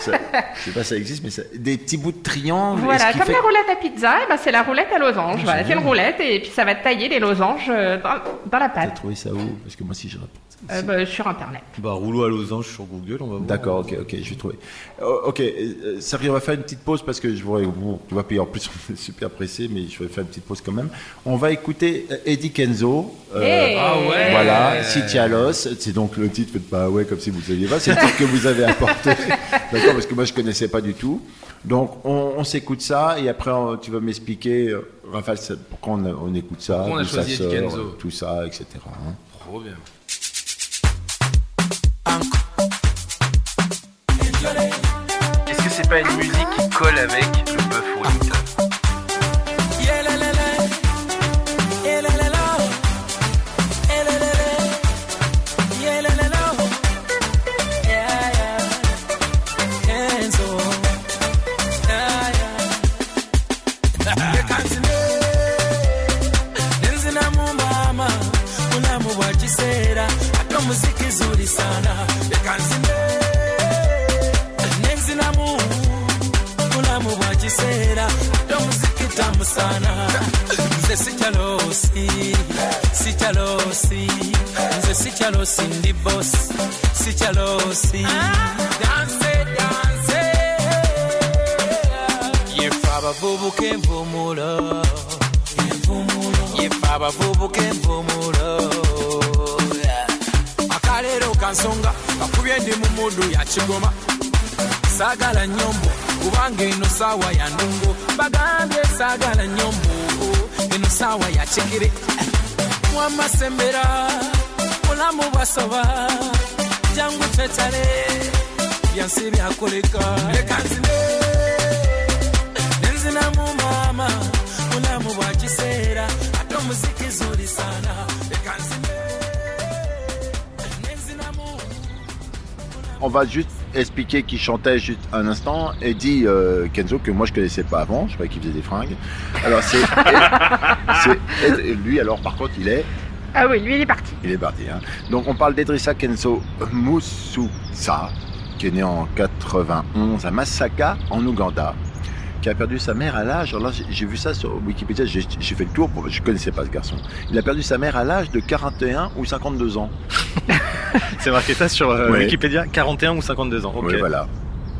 ça, je sais pas, si ça existe, mais ça- des petits bouts de triangle. et ce
Voilà,
qui
comme
fait-
la roulette à pizza, eh ben, c'est la roulette à losange. voilà, c'est une roulette et puis ça va tailler les losanges euh, dans, dans la
T'as
pâte
trouvé ça où Parce que moi, si je rapporte.
euh, ben, sur internet.
Bah, rouleau à losange sur Google, on va voir.
D'accord, ok, ok, je vais trouver. Oh, ok, euh, sérieux, on va faire une petite pause parce que je vois, bon, tu vois, puis en plus on est super pressé, mais je vais faire une petite pause quand même. On va écouter euh, Eddie Kenzo. euh,
Hey Ah
Eh
ouais
Voilà, Sitialos, c'est donc le titre, faites pas ah ouais comme si vous ne saviez pas, c'est le titre que vous avez apporté. D'accord, parce que moi je connaissais pas du tout. Donc on, on s'écoute ça et après on- tu vas m'expliquer, euh, Raphaël, ça- pourquoi on, a- on écoute ça,
Pourquoi on a
d'où ça
choisi Eddie
sort,
Kenzo
tout ça, etc. hein.
Trop bien.
Est-ce que c'est pas une musique qui colle avec le bœuf Wellington
On va juste expliquer qui chantait juste un instant. Eddie euh, Kenzo, que moi je connaissais pas avant, je croyais qu'il faisait des fringues. Alors c'est. c'est- Ed- lui, alors par contre, il est.
Ah oui, lui il est parti.
Il est parti. hein. Donc on parle d'Edrissa Kenzo Mususa, qui est né en 91 à Masaka, en Ouganda, qui a perdu sa mère à l'âge. Alors là, j'ai- j'ai vu ça sur Wikipédia, j'ai j'ai fait le tour, pour- je connaissais pas ce garçon. Il a perdu sa mère à l'âge de 41 ou 52 ans.
C'est marqué ça sur euh,
Ouais.
Wikipédia, 41 ou 52 ans. Ok.
bah,
Oui, voilà.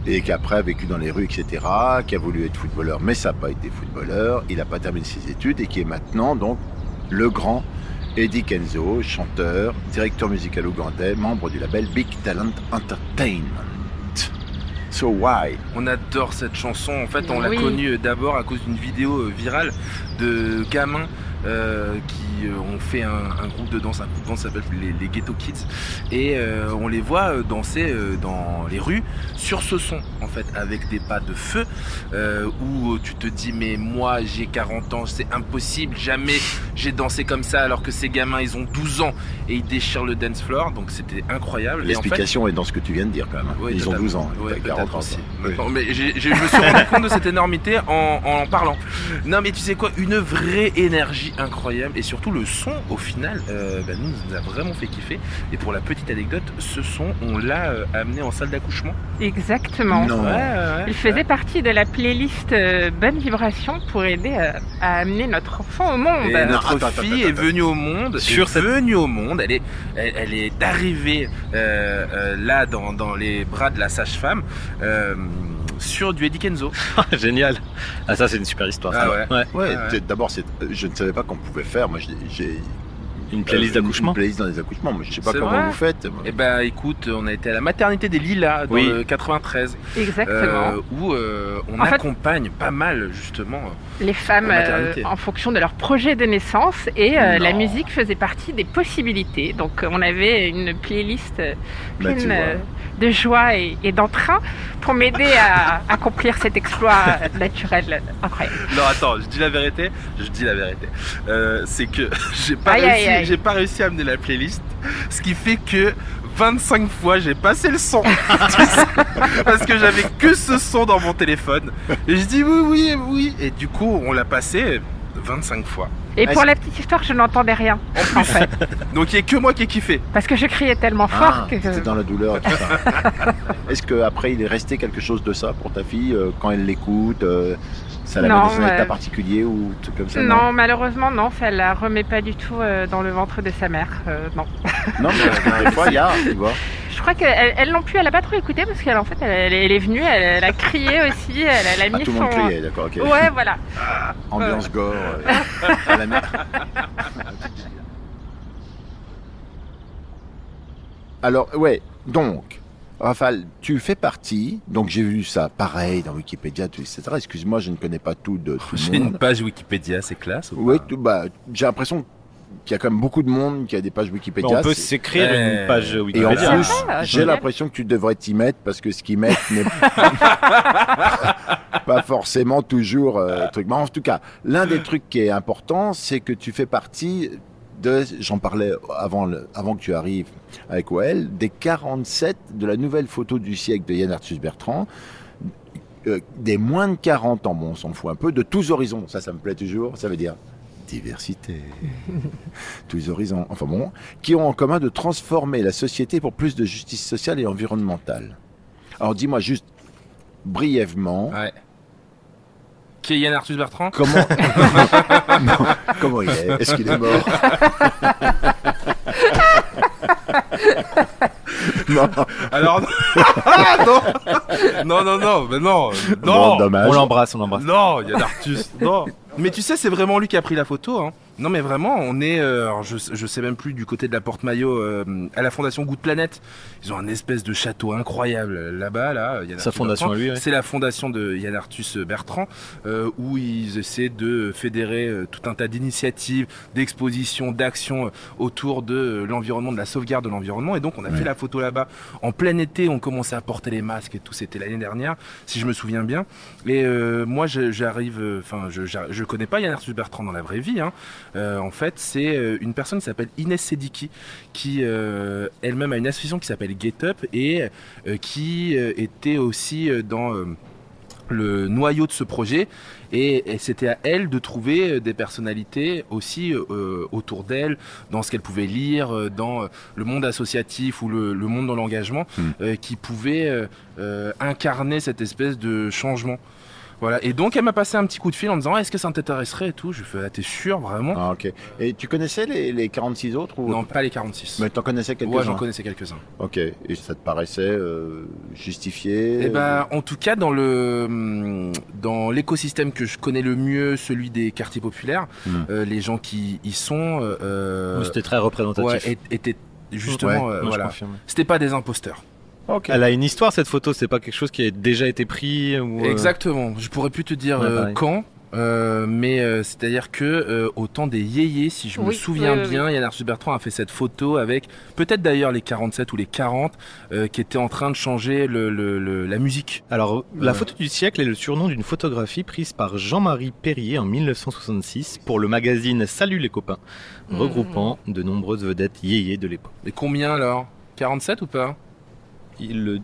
Et qu'après a vécu dans les rues, etc., qui a voulu être footballeur, mais ça n'a pas été footballeur, il n'a pas terminé ses études et qui est maintenant donc le grand Eddie Kenzo, chanteur, directeur musical ougandais, membre du label Big Talent Entertainment. So why
On adore cette chanson. En fait, on l'a
Oui.
connue euh, d'abord à cause d'une vidéo euh, virale de gamins euh, qui euh, ont fait un, un groupe de danse. Un groupe de danse s'appelle les, les Ghetto Kids. Et euh, on les voit euh, danser euh, dans les rues sur ce son, en fait, avec des pas de feu euh, où tu te dis, mais moi, j'ai 40 ans, c'est impossible. Jamais j'ai dansé comme ça alors que ces gamins, ils ont 12 ans et ils déchirent le dance floor. Donc, c'était incroyable. Et en fait,
L'explication est dans ce que tu viens de dire quand même. hein.
oui,
Ils ont
totalement.
12 ans,
Ouais,
t'as 40
peut-être
ans.
aussi.
quoi.
Maintenant, mais j'ai- j'ai- je me suis rendu compte de cette énormité en, en parlant. Non, mais tu sais quoi, une vraie énergie incroyable et surtout le son au final euh, bah, nous, nous a vraiment fait kiffer et pour la petite anecdote ce son on l'a euh, amené en salle d'accouchement
Exactement.
Ouais, ouais,
Il
ouais.
faisait partie de la playlist euh, Bonne Vibration pour aider euh, à amener notre enfant au monde.
Bah,
Et notre fille est venue au monde.
Sur
est
cette-
venue au monde. Elle est, elle, elle est arrivée euh, euh, là dans, dans les bras de la sage-femme euh, sur du Eddie Kenzo.
Génial. Ah, ça, c'est une super histoire.
Ah
ça.
ouais.
Ouais,
Ouais.
t'es- d'abord, c'est- euh, je ne savais pas qu'on pouvait faire. Moi, j'ai- j'ai.
Une playlist
euh, une-
d'accouchement.
Une playlist dans les accouchements. Moi, je sais pas
C'est
comment
vrai
vous faites. moi.
Eh ben écoute, on a été à la maternité des Lilas dans
Oui.
le 93,
Exactement.
euh, où euh, on
En fait-
accompagne pas mal justement.
Les femmes,
la
euh,
maternité.
en fonction de leur projet de naissance, et euh, la
Non.
musique faisait partie des possibilités. Donc, euh, on avait une playlist euh,
Bah,
pleine
tu vois.
euh, de joie et, et d'entrain pour m'aider à accomplir cet exploit euh, naturel incroyable.
Non attends, je dis la vérité, je dis la vérité. Euh, c'est que j'ai pas,
Aïe,
réussi,
aïe, aïe.
j'ai pas réussi à amener la playlist, ce qui fait que 25 fois j'ai passé le son Tu sais, parce que j'avais que ce son dans mon téléphone. Et je dis oui oui oui et du coup on l'a passé 25 fois.
Et
Ah,
pour
c'est-
la petite histoire, je n'entendais rien, en fait,
Donc il y a que moi qui ai kiffé.
parce que je criais tellement fort
Ah,
que...
t'étais dans la douleur, tout ça. Est-ce qu'après, il est resté quelque chose de ça pour ta fille euh, quand elle l'écoute euh, Ça la met
Non,
dans un
euh,
état particulier ou tout comme ça
Non, malheureusement, non, ça la remet pas du tout euh, dans le ventre de sa mère, euh, non.
Non, mais parce que des fois, il y a, tu vois.
Je crois qu'elle elle non plus, elle a pas trop écouté parce qu'elle en fait, elle, elle est venue, elle, elle a crié aussi, elle, elle a
Ah,
mis
tout le
son.
monde criait, d'accord, ok.
Ouais, voilà.
Ambiance gore. euh, à la mer. Alors, ouais, donc, Rafal, tu fais partie, donc j'ai vu ça pareil dans Wikipédia, tout, etc. Excuse-moi, je ne connais pas tout de tout le monde.
page Wikipédia, c'est classe.
Ouais, tout- bah, j'ai l'impression qu'il y a quand même beaucoup de monde qui a des pages
Mais
Wikipédia.
on peut
c'est-
s'écrire
Ouais.
une page
Et en
Wikipédia. Hein.
plus,
Ah,
j'ai
génial.
l'impression que tu devrais t'y mettre parce que ce qu'ils mettent n'est pas forcément toujours euh, truc. Mais en tout cas, l'un des trucs qui est important, c'est que tu fais partie de, j'en parlais avant, le- avant que tu arrives avec OL, des 47 de la nouvelle photo du siècle de Yann Arthus Bertrand. euh, des moins de 40 ans, bon, on s'en fout un peu, de tous horizons, ça, ça me plaît toujours, ça veut dire diversité, tous horizons, enfin bon, qui ont en commun de transformer la société pour plus de justice sociale et environnementale. Alors dis-moi juste brièvement
Ouais. Qui est Yann Arthus Bertrand
comment Non, comment il est Est-ce qu'il est mort Non,
Alors Ah, non, non, non, non, mais non, non,
bon, dommage.
On l'embrasse, on l'embrasse.
non, Yann Arthus, non. Mais tu sais, c'est vraiment lui qui a pris la photo. Hein. Non, mais vraiment, on est, euh, alors je, je sais même plus du côté de la porte maillot euh, à la fondation Good Planète. Ils ont un espèce de château incroyable euh, là-bas, là. Yann
Sa
Arthus
fondation à
Bertrand.
lui, ouais.
C'est la fondation de Yann Arthus Bertrand, euh, où ils essaient de fédérer euh, tout un tas d'initiatives, d'expositions, d'actions euh, autour de euh, l'environnement, de la sauvegarde de l'environnement. Et donc, on a fait la photo là-bas. En plein été, on commençait à porter les masques et tout. C'était l'année dernière, si je me souviens bien. Et euh, moi, je- j'arrive, euh, enfin, je, j'ar- je connais pas Yann Arthus Bertrand dans la vraie vie. Hein. Euh, en fait, c'est euh, une personne qui s'appelle Inès Sediki, qui euh, elle-même a une association qui s'appelle Get Up et euh, qui euh, était aussi euh, dans euh, le noyau de ce projet. Et, et c'était à elle de trouver euh, des personnalités aussi euh, autour d'elle, dans ce qu'elle pouvait lire, euh, dans euh, le monde associatif ou le, le monde dans l'engagement,
Mm.
euh, qui pouvaient euh, euh, incarner cette espèce de changement. Voilà. Et donc elle m'a passé un petit coup de fil en me disant Ah, est-ce que ça t'intéresserait et tout. Je fais ah, t'es sûr vraiment
Ah, ok. Et tu connaissais les, les 46 autres ou...
Non, pas les 46.
Mais t'en connaissais quelques-uns
Ouais, j'en connaissais Bah, quelques-uns.
Ok. Et ça te paraissait euh, justifié
Eh
euh,
ben, en tout cas, dans le hum, dans l'écosystème que je connais le mieux, celui des quartiers populaires,
Mm.
euh, les gens qui y sont, euh,
C'était très
ouais,
représentatif.
é- étaient justement, euh,
Moi, je
voilà,
confirme.
c'était pas des imposteurs.
Elle a une histoire cette photo, c'est pas quelque chose qui a déjà été pris ou euh,
Exactement. Je pourrais plus te dire
Ouais,
euh,
pareil.
quand. euh, mais euh, c'est-à-dire que euh, au temps des yéyés, si je me
Oui,
souviens
oui, oui,
bien, Yann Arthus Bertrand a fait cette photo avec peut-être d'ailleurs les 47 ou les 40 euh, qui étaient en train de changer le, le- le- la musique.
Alors, la
Ouais.
photo du siècle est le surnom d'une photographie prise par Jean-Marie Perrier en 1966 pour le magazine Salut les copains,
Mmh.
Mhm.
regroupant de nombreuses vedettes yéyés de l'époque.
Mais combien alors 47 ou pas
Il le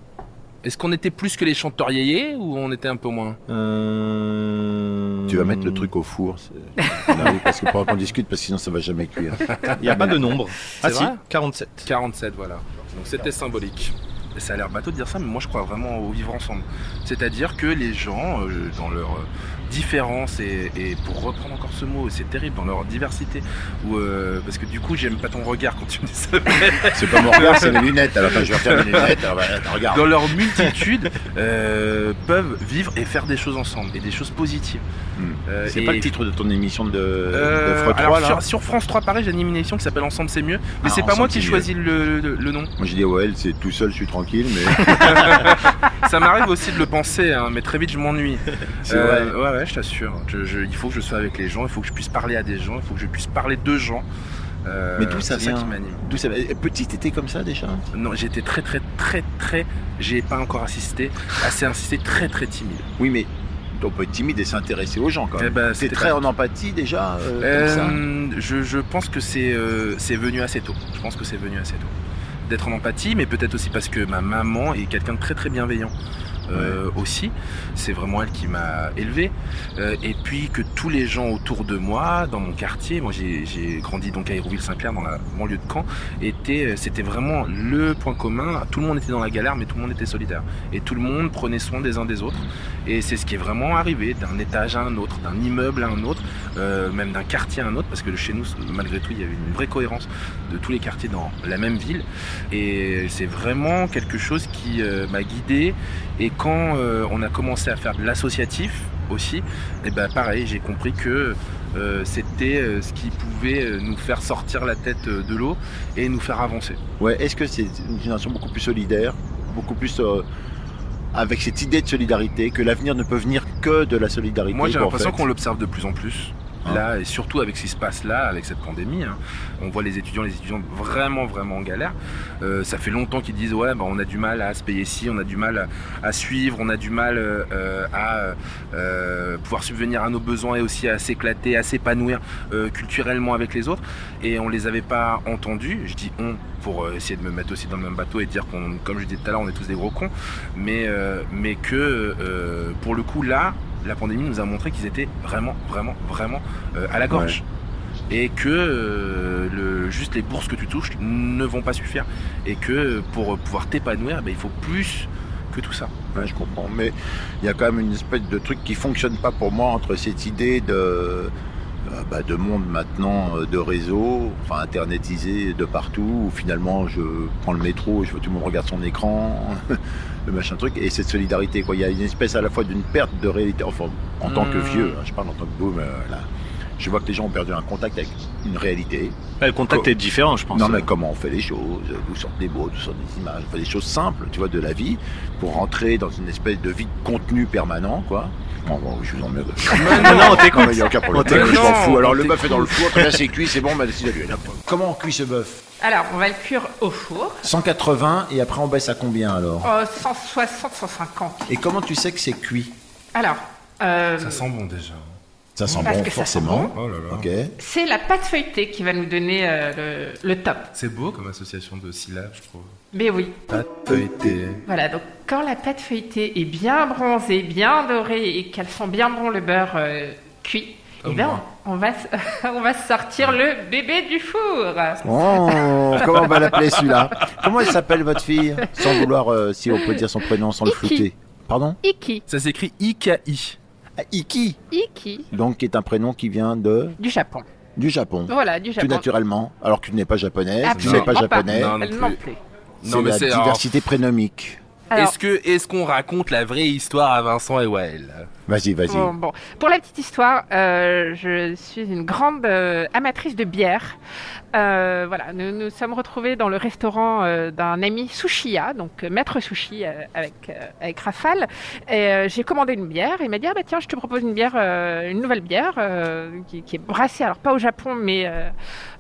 Est-ce qu'on était plus que les chanteurs yéyés ou on était un peu moins
Euh,
Tu vas mettre le truc au four. c'est- Non, oui, parce que pendant qu'on discute, parce que sinon ça va jamais cuire.
Il n'y a pas de nombre. Ah si,
vrai
47.
47, voilà. Donc c'était symbolique. Et ça a l'air bateau de dire ça, mais moi je crois vraiment au vivre ensemble. C'est-à-dire que les gens, euh, dans leur euh, différence, et, et pour reprendre encore ce mot, c'est terrible, dans leur diversité, ou euh, parce que du coup j'aime pas ton regard quand tu me dis ça,
C'est pas mon regard, c'est les lunettes. Alors attends, je vais refaire mes lunettes. Alors, bah, attends, regarde.
dans leur multitude, euh, peuvent vivre et faire des choses ensemble, et des choses positives.
Hmm.
Euh,
C'est
et-
pas le titre de ton émission de, de
Euh,
Freud 3
alors,
là
sur, sur France 3 pareil, j'anime une émission qui s'appelle Ensemble c'est mieux,
Ah,
mais c'est pas moi
Ensemble,
qui
c'est
choisis le, le- le nom.
Moi j'ai dit ouais, c'est tout seul, je suis tranquille, mais
Ça m'arrive aussi de le penser, hein, mais très vite je m'ennuie.
c'est
Euh,
vrai.
ouais, ouais, je t'assure. Je- je- il faut que je sois avec les gens, il faut que je puisse parler à des gens, il faut que je puisse parler de gens. Euh,
Mais d'où ça
c'est
vient
qui m'anime.
D'où ça va Et Petit, t'étais comme ça déjà
Non, j'étais très, très, très, très. J'ai pas encore assisté. Assez insisté, très, très timide.
Oui, mais on peut être timide et s'intéresser aux gens quand
Eh
même.
ben,
T'es
c'était
très en empathie déjà euh, comme ça.
Euh, je, je pense que c'est euh, c'est venu assez tôt. Je pense que c'est venu assez tôt. D'être en empathie, mais peut-être aussi parce que ma maman est quelqu'un de très très bienveillant. euh, aussi, c'est vraiment elle qui m'a élevé. Euh, et puis que tous les gens autour de moi, dans mon quartier, moi j'ai j'ai grandi donc à Hérouville-Saint-Clair, dans la banlieue de Caen, était, c'était vraiment le point commun. Tout le monde était dans la galère, mais tout le monde était solidaire. Et tout le monde prenait soin des uns des autres. Et c'est ce qui est vraiment arrivé d'un étage à un autre, d'un immeuble à un autre euh, même d'un quartier à un autre, parce que chez nous, malgré tout, il y avait une vraie cohérence de tous les quartiers dans la même ville. Et c'est vraiment quelque chose qui euh, m'a guidé. Et quand euh, on a commencé à faire de l'associatif aussi, et ben pareil, j'ai compris que euh, c'était euh, ce qui pouvait euh, nous faire sortir la tête euh, de l'eau et nous faire avancer.
Ouais, est-ce que c'est une génération beaucoup plus solidaire, beaucoup plus euh, avec cette idée de solidarité, que l'avenir ne peut venir que de la solidarité
Moi, j'ai
quoi, en
l'impression
fait.
qu'on l'observe de plus en plus.
Hein.
Là, et surtout avec ce qui se passe là, avec cette pandémie, hein. on voit les étudiants, les étudiants vraiment, vraiment en galère. Euh, ça fait longtemps qu'ils disent ouais, bah, on a du mal à se payer ci, on a du mal à, à suivre, on a du mal euh, euh, à euh, pouvoir subvenir à nos besoins et aussi à s'éclater, à s'épanouir euh, culturellement avec les autres. Et on les avait pas entendus. Je dis on pour euh, essayer de me mettre aussi dans le même bateau et dire qu'on, comme je disais tout à l'heure, on est tous des gros cons, mais euh, mais que euh, pour le coup là, la pandémie nous a montré qu'ils étaient vraiment, vraiment, vraiment euh, à la gorge. Et que euh, le, juste les bourses que tu touches ne vont pas suffire. Et
euh,
que pour pouvoir t'épanouir, ben, il faut plus que tout ça.
Ouais, je comprends, mais il y a quand même une espèce de truc qui fonctionne pas pour moi entre cette idée de euh, bah, de monde maintenant, euh, de réseau, enfin internetisé de partout, où finalement je prends le métro, je vois tout le monde regarde son écran, le machin truc, et cette solidarité quoi. Il y a une espèce à la fois d'une perte de réalité, enfin en tant que
Hmm.
vieux, hein, je parle en tant que boomer là. Je vois que les gens ont perdu un contact avec une réalité.
Bah, le contact
Co-
est différent, je pense.
Non, mais comment on fait les choses Vous sortez des mots, vous sortez des images, enfin, des choses simples, tu vois, de la vie, pour rentrer dans une espèce de vie de contenu permanent, quoi. Bon, bon, je vous emmerde.
non, on
Non,
t'écoute.
mais il n'y a aucun problème.
On t'écoute.
je m'en
Non,
fous. Alors,
on
le bœuf
t'écoute.
est dans le four, après, là, c'est cuit, c'est bon, bah, c'est allumé, là. Comment on cuit ce bœuf
Alors, on va le cuire au four.
180, et après, on baisse à combien, alors
Euh, 160, 150.
Et comment tu sais que c'est cuit
Alors, euh,
Ça sent bon déjà.
Ça sent
Parce
bon,
que ça sent
forcément.
Oh là là.
Ok.
c'est la pâte feuilletée qui va nous donner euh, le, le top.
C'est beau comme association de syllabes, je trouve.
Mais oui. Voilà, donc quand la pâte feuilletée est bien bronzée, bien dorée et qu'elle sent bien bon le beurre euh, cuit, eh bien, on va, s- on va sortir le bébé du four.
Oh, comment on va l'appeler, celui-là Comment elle s'appelle, votre fille Sans vouloir, euh, si on peut dire son prénom, sans le
Iki.
flouter. Pardon
Iki,
Ça s'écrit IKI.
Ah, Iki
Iki,
Donc, qui est un prénom qui vient de
du Japon.
du Japon,
Voilà, du
tout
Japon.
naturellement, alors que tu n'es pas japonaise, tu n'es
Absolument
pas japonais,
Non, non
Elle
plus.
non plus.
c'est la diversité prénomique.
Alors,
Est-ce que est-ce qu'on raconte la vraie histoire à Vincent et Wael
Vas-y, vas-y.
Bon, bon. Pour la petite histoire, euh, je suis une grande euh, amatrice de bière. Euh, voilà, nous nous sommes retrouvés dans le restaurant euh, d'un ami Sushiya, donc euh, maître sushi euh, avec, euh, avec Rafale. Et euh, j'ai commandé une bière. Et il m'a dit ah, bah tiens, je te propose une bière, euh, une nouvelle bière euh, qui, qui est brassée, alors pas au Japon, mais euh,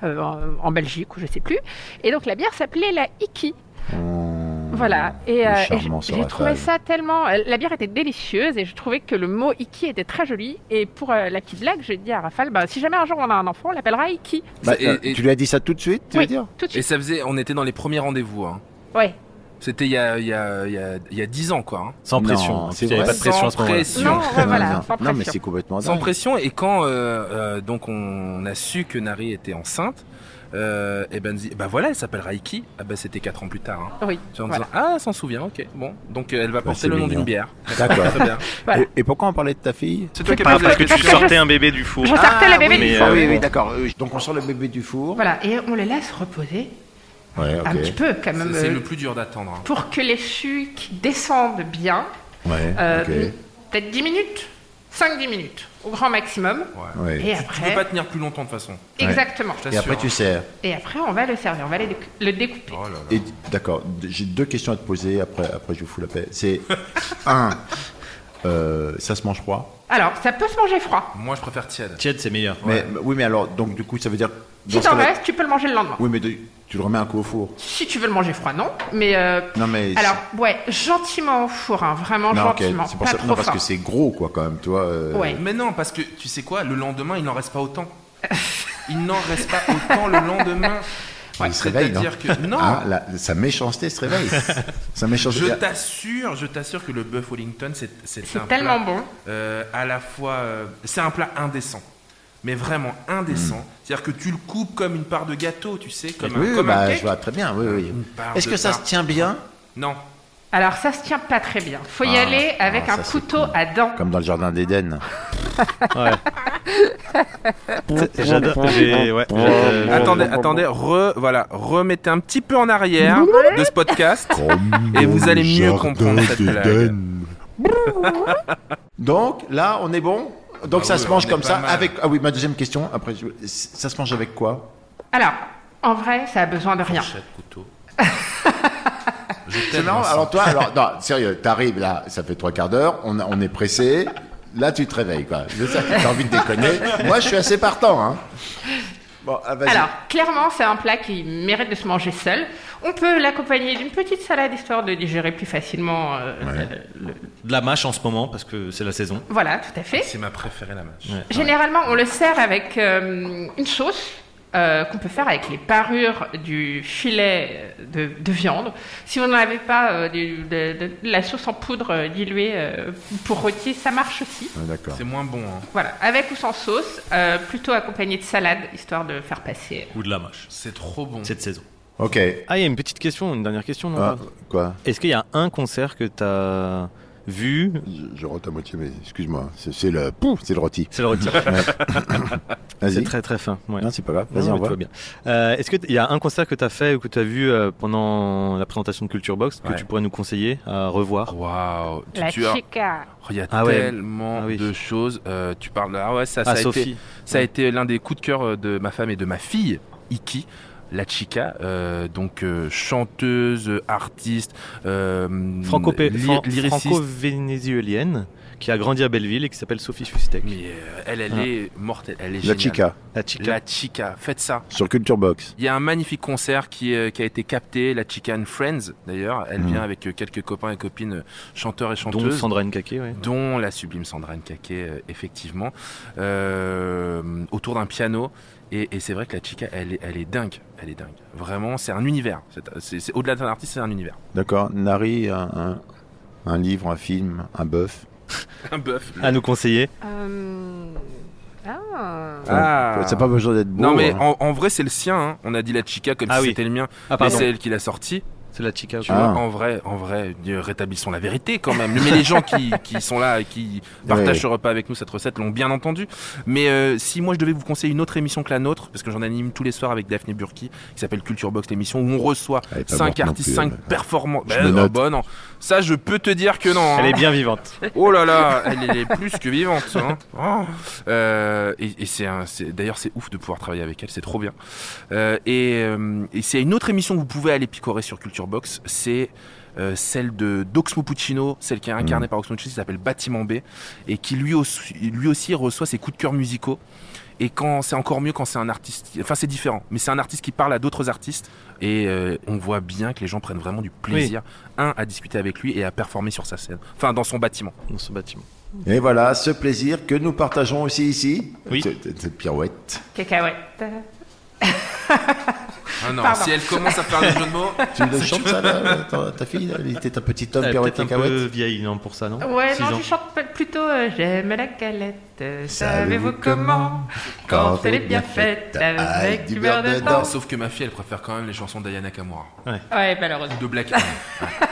euh, en, en Belgique ou je sais plus. Et donc la bière s'appelait la Iki.
Mmh.
Voilà, et, euh, et
charmant,
j-
ce
j'ai trouvé
Raphaël.
ça tellement. euh, La bière était délicieuse et je trouvais que le mot Iki était très joli. Et pour euh, la petite blague, j'ai dit à Raphaël bah, si jamais un jour on a un enfant, on l'appellera Iki.
Bah,
Et-
euh,
et-
Tu lui as dit ça tout de suite, tu
Oui.
veux dire
Tout de
Et
suite.
ça faisait, on était dans les premiers rendez-vous. Hein.
Ouais.
C'était il y a, il y, a, il y, a, il y a 10 ans, quoi. hein.
Sans
Non,
pression.
c'est
Il y avait
vrai.
pas de pression à ce
Sans
moment-là.
pression.
Non,
Non,
voilà,
non.
sans
Non, mais
pression.
c'est complètement
Sans
dingue.
pression. Et quand euh, euh, donc on a su que Nari était enceinte, euh, et ben, bah voilà, elle s'appelle Raiki. Ah ben c'était 4 ans plus tard. Hein.
Oui.
Tu vois, en
Voilà.
disant, ah, elle s'en souvient, ok. Bon, donc euh, elle va porter
c'est
le nom
mignon.
d'une bière.
D'accord.
Très bien.
Voilà.
Et, et pourquoi on parlait de ta fille
C'est toi qui as
Pas
posé la
Ah, parce que tu
question.
sortais un bébé du four.
Je sortais le bébé
oui,
du
mais,
four.
euh,
Ah oui, oui,
bon.
d'accord. Euh, Donc on sort le bébé du four.
Voilà, et on le laisse reposer
Ouais,
Ah, un petit
ok.
peu quand même.
C'est
euh,
le plus dur d'attendre. hein.
Pour que les choux qui descendent bien,
Ouais,
euh,
ok.
peut-être 10 minutes, 5-10 minutes au grand maximum.
Ouais.
Ouais.
Et
Tu peux
après,
pas tenir plus longtemps de toute façon.
exactement.
Je
Et
t'assure.
après tu sers.
Et après, on va le servir, on va le, déc- le découper.
Oh là là.
Et d'accord, d- j'ai deux questions à te poser. Après, après je vous fous la paix. C'est un, euh, ça se mange froid.
Alors, ça peut se manger froid.
Moi je préfère tiède.
Tiède, c'est meilleur.
Mais mais- oui, mais alors donc du coup ça veut dire.
Si
dans ce
t'en
cas-là-
restes, tu peux le manger le lendemain.
Oui, mais de- tu le remets un coup au four.
Si tu veux le manger froid, non. Mais euh,
Non mais.
alors, ouais, gentiment au four, hein, vraiment
non, ok,
gentiment,
c'est pour
pas
ça-
trop
non, parce
fort.
que c'est gros quoi quand même, tu vois. euh,
Ouais.
Mais non, parce que tu sais quoi, le lendemain, il n'en reste pas autant. Il n'en reste pas autant le lendemain.
Il se réveille, non
C'est-à-dire que non,
Ah, la- sa méchanceté se réveille. sa méchanceté.
je t'assure, je t'assure que le bœuf Wellington, c'est c'est un
C'est tellement
plat,
bon.
euh, à la fois, euh, c'est un plat indécent, mais vraiment indécent. C'est-à-dire que tu le coupes comme une part de gâteau, tu sais, comme un,
Mm. oui,
comme un
bah,
cake.
je vois très bien. Oui, oui.
Une part
Est-ce
de
que ça
pain.
se tient bien
Non,
Alors, ça se tient pas très bien. Faut y
Ah,
aller avec
ah,
un
ça, c'est
couteau
cool.
à dents.
Comme dans le jardin d'Éden.
Ah, J'adore. j'ai- ouais, j'adore-
attendez, attendez, re- voilà, remettez un petit peu en arrière de ce podcast. Et vous allez mieux comprendre cette blague.
Donc là, on est bon. Donc
Bah
ça
oui,
se
on
mange
est
comme
pas
ça.
mal.
Avec ah oui, ma deuxième question. Après, je- ça se mange avec quoi
Alors, en vrai, ça a besoin de rien.
Fourchette, couteau.
C'est marrant. Alors toi, alors non, sérieux, t'arrives là, ça fait trois quarts d'heure, on, a- on est pressé. Là, tu te réveilles quoi. C'est ça, t'as envie de déconner. Moi, je suis assez partant. Hein. Bon, ah, vas-y.
Alors, clairement, c'est un plat qui mérite de se manger seul. On peut l'accompagner d'une petite salade histoire de digérer plus facilement. euh, euh,
De la mâche en ce moment, parce que c'est la saison.
voilà, tout à fait.
C'est ma préférée la match.
Généralement, on le sert avec euh, une sauce euh, qu'on peut faire avec les parures du filet de, de viande. Si vous n'en avez pas euh, du- de, de- de la sauce en poudre euh, diluée euh, pour rôti, ça marche aussi.
Ah, D'accord.
C'est moins bon. hein.
Voilà, avec ou sans sauce, euh, plutôt accompagné de salade, histoire de faire passer. euh,
Ou de la mâche.
C'est trop bon.
Cette saison.
Ok.
Ah, il y a une petite question, une dernière question. non
Ah, quoi
Est-ce qu'il y a un concert que t'as vu
Je, je rote à moitié, mais excuse-moi. C'est c'est le pouf, c'est le rôti.
C'est le retire.
Vas-y.
c'est très très fin. ouais.
Non, c'est pas grave.
Non,
Vas-y,
mais
on
tout va bien. Euh, Est-ce qu'il y a un concert que tu as fait ou que tu as vu euh, pendant la présentation de Culture Box que
Ouais.
tu pourrais nous conseiller à revoir
Waouh. Tu,
La
tu as-
chica.
Oh, Il y a
Ah ouais.
tellement
Ah oui.
de choses. Euh, tu parles. Ah ouais, ça, ça
Ah,
a
Sophie.
été. Ça a été l'un des coups de cœur euh, de ma femme et de ma fille, Iki. La chica, euh, donc euh, chanteuse, euh, artiste, euh,
Franco-
li-
Fran-
lyriciste.
Franco-vénézuélienne qui a grandi à Belleville et qui s'appelle Sophie Fustek.
Mais euh, elle, elle
Ah.
est mortelle, elle
La
est géniale.
chica
La chica.
La chica, faites ça.
sur Culture Box.
Il y a un magnifique concert qui, euh, qui a été capté, la Chica and Friends d'ailleurs. Elle
Mhm.
vient avec euh, quelques copains et copines euh, chanteurs et
Dont
chanteuses.
Sandra Nkake, ouais.
dont la sublime Sandra Nkake, euh, effectivement, euh, autour d'un piano. Et, et c'est vrai que la chica, elle, est- elle est dingue, elle est dingue. Vraiment, c'est un univers. C'est- C'est c'est- au-delà d'un artiste, c'est un univers.
D'accord. Nari, un, un, un livre, un film, un bœuf.
Un bœuf.
Ah.
À nous conseiller.
Euh, Ah.
Ah.
Euh, C'est pas besoin d'être beau.
non mais
hein.
en, en vrai, c'est le sien. hein. On a dit la chica comme
Ah
si
oui.
c'était le mien,
Ah,
mais
pardon.
c'est elle qui l'a sorti.
C'est la chica.
Tu
Ah.
vois, en vrai, en vrai, euh, rétablissons la vérité quand même. Mais les gens qui, qui sont là et qui partagent
Ouais.
ce repas avec nous, cette recette, l'ont bien entendu. Mais euh, si moi je devais vous conseiller une autre émission que la nôtre, parce que j'en anime tous les soirs avec Daphné Burki, qui s'appelle Culture Box, l'émission où on reçoit
Elle est pas morte
5
non
artistes,
plus,
5
elle.
performances.
Je me note.
bah non, ça je peux te dire que non. hein.
Elle est bien vivante.
Oh là là, elle est plus que vivante. hein. Oh. Euh, et et c'est, un- c'est- d'ailleurs c'est ouf de pouvoir travailler avec elle, c'est trop bien. Euh, et, euh, et c'est une autre émission que vous pouvez aller picorer sur Culture Box, c'est euh, celle de d'Oxmo Puccino, celle qui est incarnée par Oxmo Puccino, qui s'appelle Bâtiment B, et qui lui aussi, lui aussi reçoit ses coups de cœur musicaux. Et quand c'est encore mieux quand c'est un artiste, enfin c'est différent, mais c'est un artiste qui parle à d'autres artistes et euh, on voit bien que les gens prennent vraiment du plaisir, un à discuter avec lui et à performer sur sa scène, enfin dans son bâtiment.
Dans ce bâtiment.
Et voilà, ce plaisir que nous partageons aussi ici.
Oui.
Cette, cette pirouette.
Cacahuète.
Ah non,
Pardon.
si elle commence à faire des jeux de mots,
Tu le chantes, ça, là, euh, ta, ta fille, là, elle était un petit homme,
Elle est
Pierrot
peut-être un
Cacahuète
peu vieille non, pour ça, non
Ouais,
Six
non,
ans.
je chante pe- plutôt euh, J'aime la galette, euh, savez-vous comment Quand elle est bien faite, avec du beurre dedans.
non, sauf que ma fille, elle préfère quand même les chansons d'Ayana Kamura.
Ouais, malheureusement.
De Black Eyed. Ouais.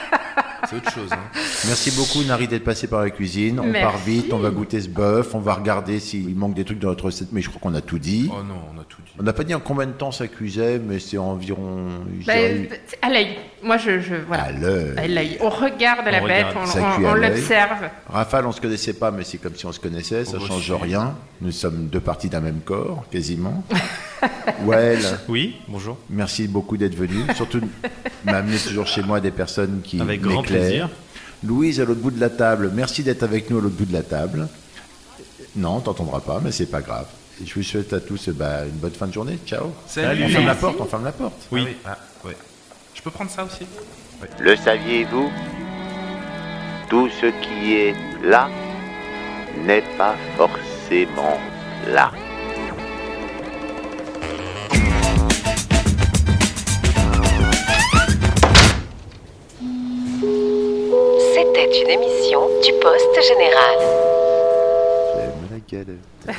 C'est autre chose. Hein.
Merci beaucoup, Nari, d'être passé par la cuisine. On
Merci.
part vite, on va goûter ce bœuf, on va regarder s'il manque des trucs dans notre recette, mais je crois qu'on a tout dit.
Oh non, on a tout dit.
On n'a pas dit en combien de temps ça cuisait, mais c'est environ. je
Bah,
dirais,
euh, à l'œil. Moi, je. je voilà.
À l'œil.
À l'œil. On regarde la
On
bête,
regarde.
on-
Ça
on,
cuit à
on
l'œil.
l'observe.
Rafale, on se connaissait pas, mais c'est comme si on se connaissait, ça
Oh,
change
si.
rien. Nous sommes deux parties d'un même corps, quasiment. Well,
Oui, bonjour.
merci beaucoup d'être venu. Surtout, m'amener toujours chez moi des personnes qui
Avec grand
m'éclairent.
plaisir.
Louise, à l'autre bout de la table, merci d'être avec nous à l'autre bout de la table. Non, t'entendras pas, mais c'est pas grave. Je vous souhaite à tous bah, une bonne fin de journée. Ciao.
Salut.
On ferme la porte, on ferme la porte.
Ah oui, ah, ouais. Je peux prendre ça aussi
Le saviez-vous Tout ce qui est là n'est pas forcément là.
C'était une émission du Poste Général.
J'aime la galette.